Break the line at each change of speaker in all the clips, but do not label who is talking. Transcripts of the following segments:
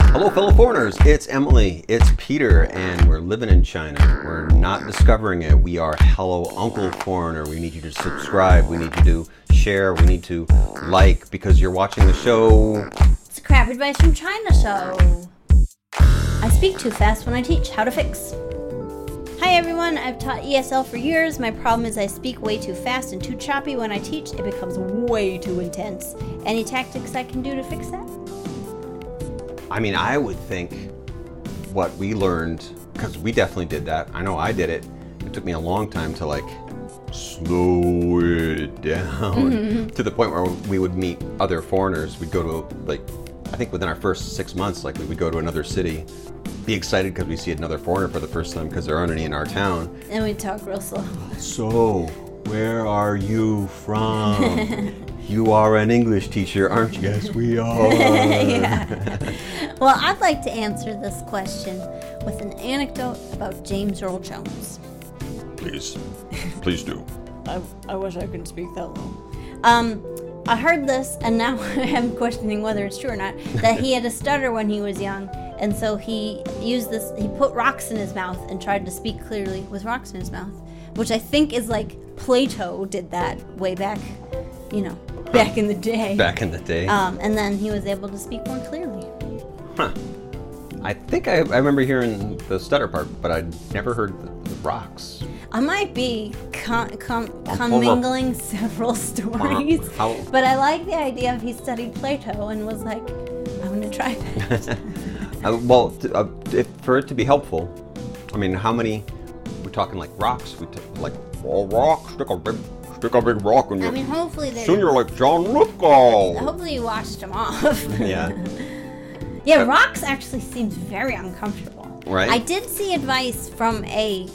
Hello, fellow foreigners. It's Emily. It's Peter, and we're living in China. We're not discovering it. We are Hello Uncle Foreigner. We need you to subscribe. We need you to share. We need to like because you're watching the show.
It's a crap advice from China show. I speak too fast when I teach how to fix. Hi everyone, I've taught ESL for years. My problem is I speak way too fast and too choppy when I teach. It becomes way too intense. Any tactics I can do to fix that?
I mean, I would think what we learned because we definitely did that. I know I did it. It took me a long time to like slow it down to the point where we would meet other foreigners. We'd go to like I think within our first six months, like we would go to another city, be excited because we see another foreigner for the first time because there aren't any in our town.
And we talk real slow.
So, where are you from? you are an English teacher, aren't you? Yes, we are.
Well, I'd like to answer this question with an anecdote about James Earl Jones.
Please, please do.
I, I wish I could speak that long. Um, I heard this, and now I'm questioning whether it's true or not. That he had a stutter when he was young, and so he used this. He put rocks in his mouth and tried to speak clearly with rocks in his mouth, which I think is like Plato did that way back, you know, back in the day.
Back in the day,
Um, and then he was able to speak more clearly.
I think I, I remember hearing the stutter part, but I never heard the, the rocks.
I might be con- con- commingling several stories,
How-
but I like the idea of he studied Plato and was like, "I'm gonna try that."
Uh, well, t- uh, if, for it to be helpful, I mean, how many? We're talking like rocks. We t- like a rock, stick a big, stick a big rock in
I
your.
mean, Oh. hopefully they.
Soon you're like John Lithgow.
Hopefully you washed them off.
Yeah.
Yeah, rocks actually seems very uncomfortable.
Right.
I did see advice from a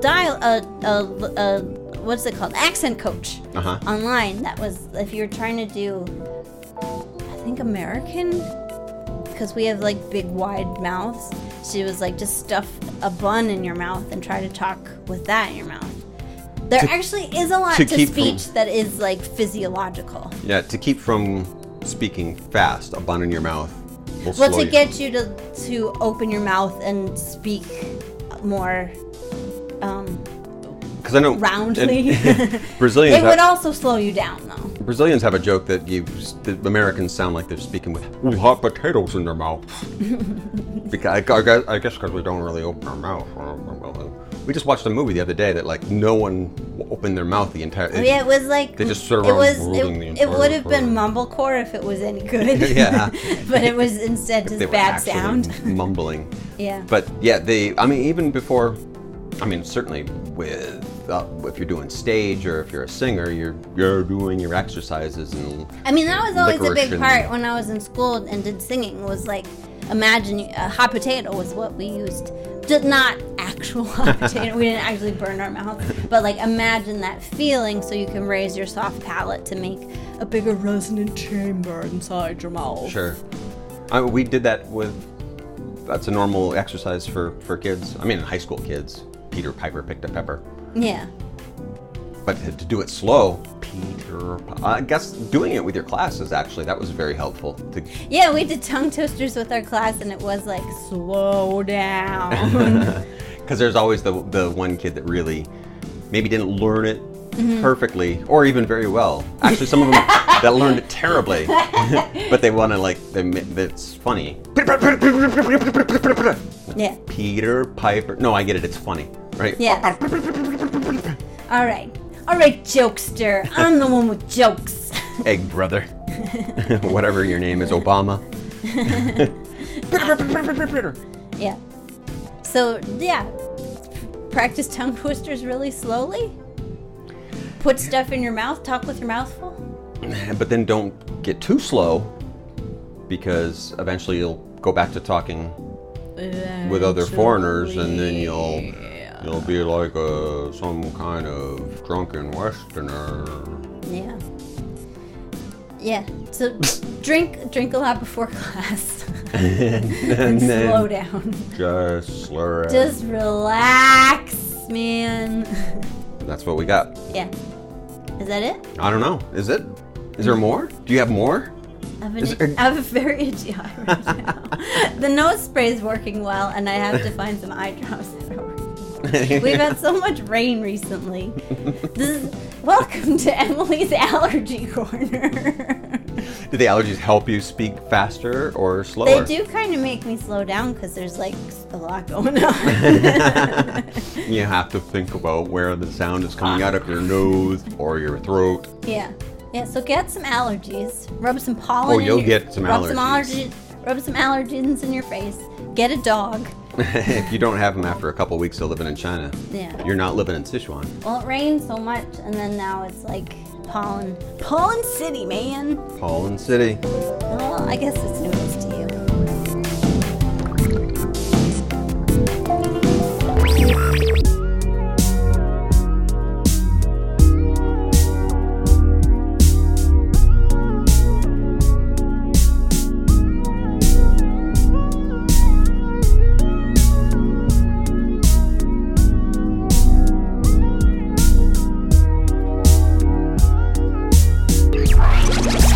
dial a, a, a what's it called accent coach
Uh-huh.
online that was if you're trying to do I think American because we have like big wide mouths. She was like just stuff a bun in your mouth and try to talk with that in your mouth. There actually is a lot
to
to,
keep from-
speech that is like physiological.
Yeah, to keep from speaking fast, a bun in your mouth will
Well,
slow
to
you.
get you to to open your mouth and speak more um,
Because I know
roundly,
and-
it
Brazilians
would
have,
also slow you down, though.
Brazilians have a joke that you the Americans sound like they're speaking with with hot potatoes in their mouth. because I, I guess- I guess because we don't really open our mouth. uh, We just watched a movie the other day that like no one opened their mouth the entire.
Oh, Yeah, it was like
They just sort of
it
are
was
ruling the
it,
entire
would have been
program.
mumblecore if it was any good.
Yeah.
but it was instead
they
just
were
bad
actually
sound.
mumbling.
Yeah.
But yeah, they. I mean, even before. I mean, certainly with uh, if you're doing stage or if you're a singer, you're you're doing your exercises and
I mean, that was always a
licorice
big
and-
part when I was in school and did singing. Was like, imagine a hot potato was what we used. Did not actual hot potato. We didn't actually burn our mouth, but like imagine that feeling, so you can raise your soft palate to make a bigger resonant chamber inside your mouth.
Sure. I, we did that with. That's a normal exercise for for kids. I mean, high school kids. Peter Piper picked a pepper,
Yeah.
but to, to do it slow. Peter. P- I guess doing it with your classes actually that was very helpful. To,
Yeah, we did tongue twisters with our class, and it was like slow down.
Because there's always the the one kid that really maybe didn't learn it perfectly or even very well. Actually, some of them that learned it terribly, but they want to like they, ma- it's funny.
yeah.
Peter Piper. No, I get it. It's funny, right?
Yeah. All right. All right, jokester. I'm the one with jokes.
Egg brother, whatever your name is, Obama.
Yeah. So yeah, practice tongue twisters really slowly. Put stuff in your mouth. Talk with your mouth full.
But then don't get too slow, because eventually you'll go back to talking with other foreigners, and then you'll you'll be like a, some kind of drunken Westerner.
Yeah. Yeah. So drink drink a lot before class
and
and
then
slow down.
just slur. it.
Just relax, man.
That's what we got.
yeah. Is that it? Mm.
I don't know. Is it? Is there more? Do you have more?
I have, an
Is
itch-
there-
I have a very itchy eye right now. the nose spray is working well, and I have to find some eye drops that are working. We've had so much rain recently. This is, welcome to Emily's allergy corner.
Do the allergies help you speak faster or slower?
they do kind of make me slow down because there's like a lot going on.
you have to think about where the sound is coming out of your nose or your throat.
yeah, yeah. So get some allergies. Rub some pollen.
Oh,
in
you'll
your-
get some
rub Some
allergies.
allergy, rub some allergens in your face. Get a dog.
if you don't have them after a couple weeks of living in China,
Yeah.
you're not living in Sichuan.
Well, it rained so much, and then now it's like pollen. Pollen City, man.
Pollen City.
Well, I guess it's news to you.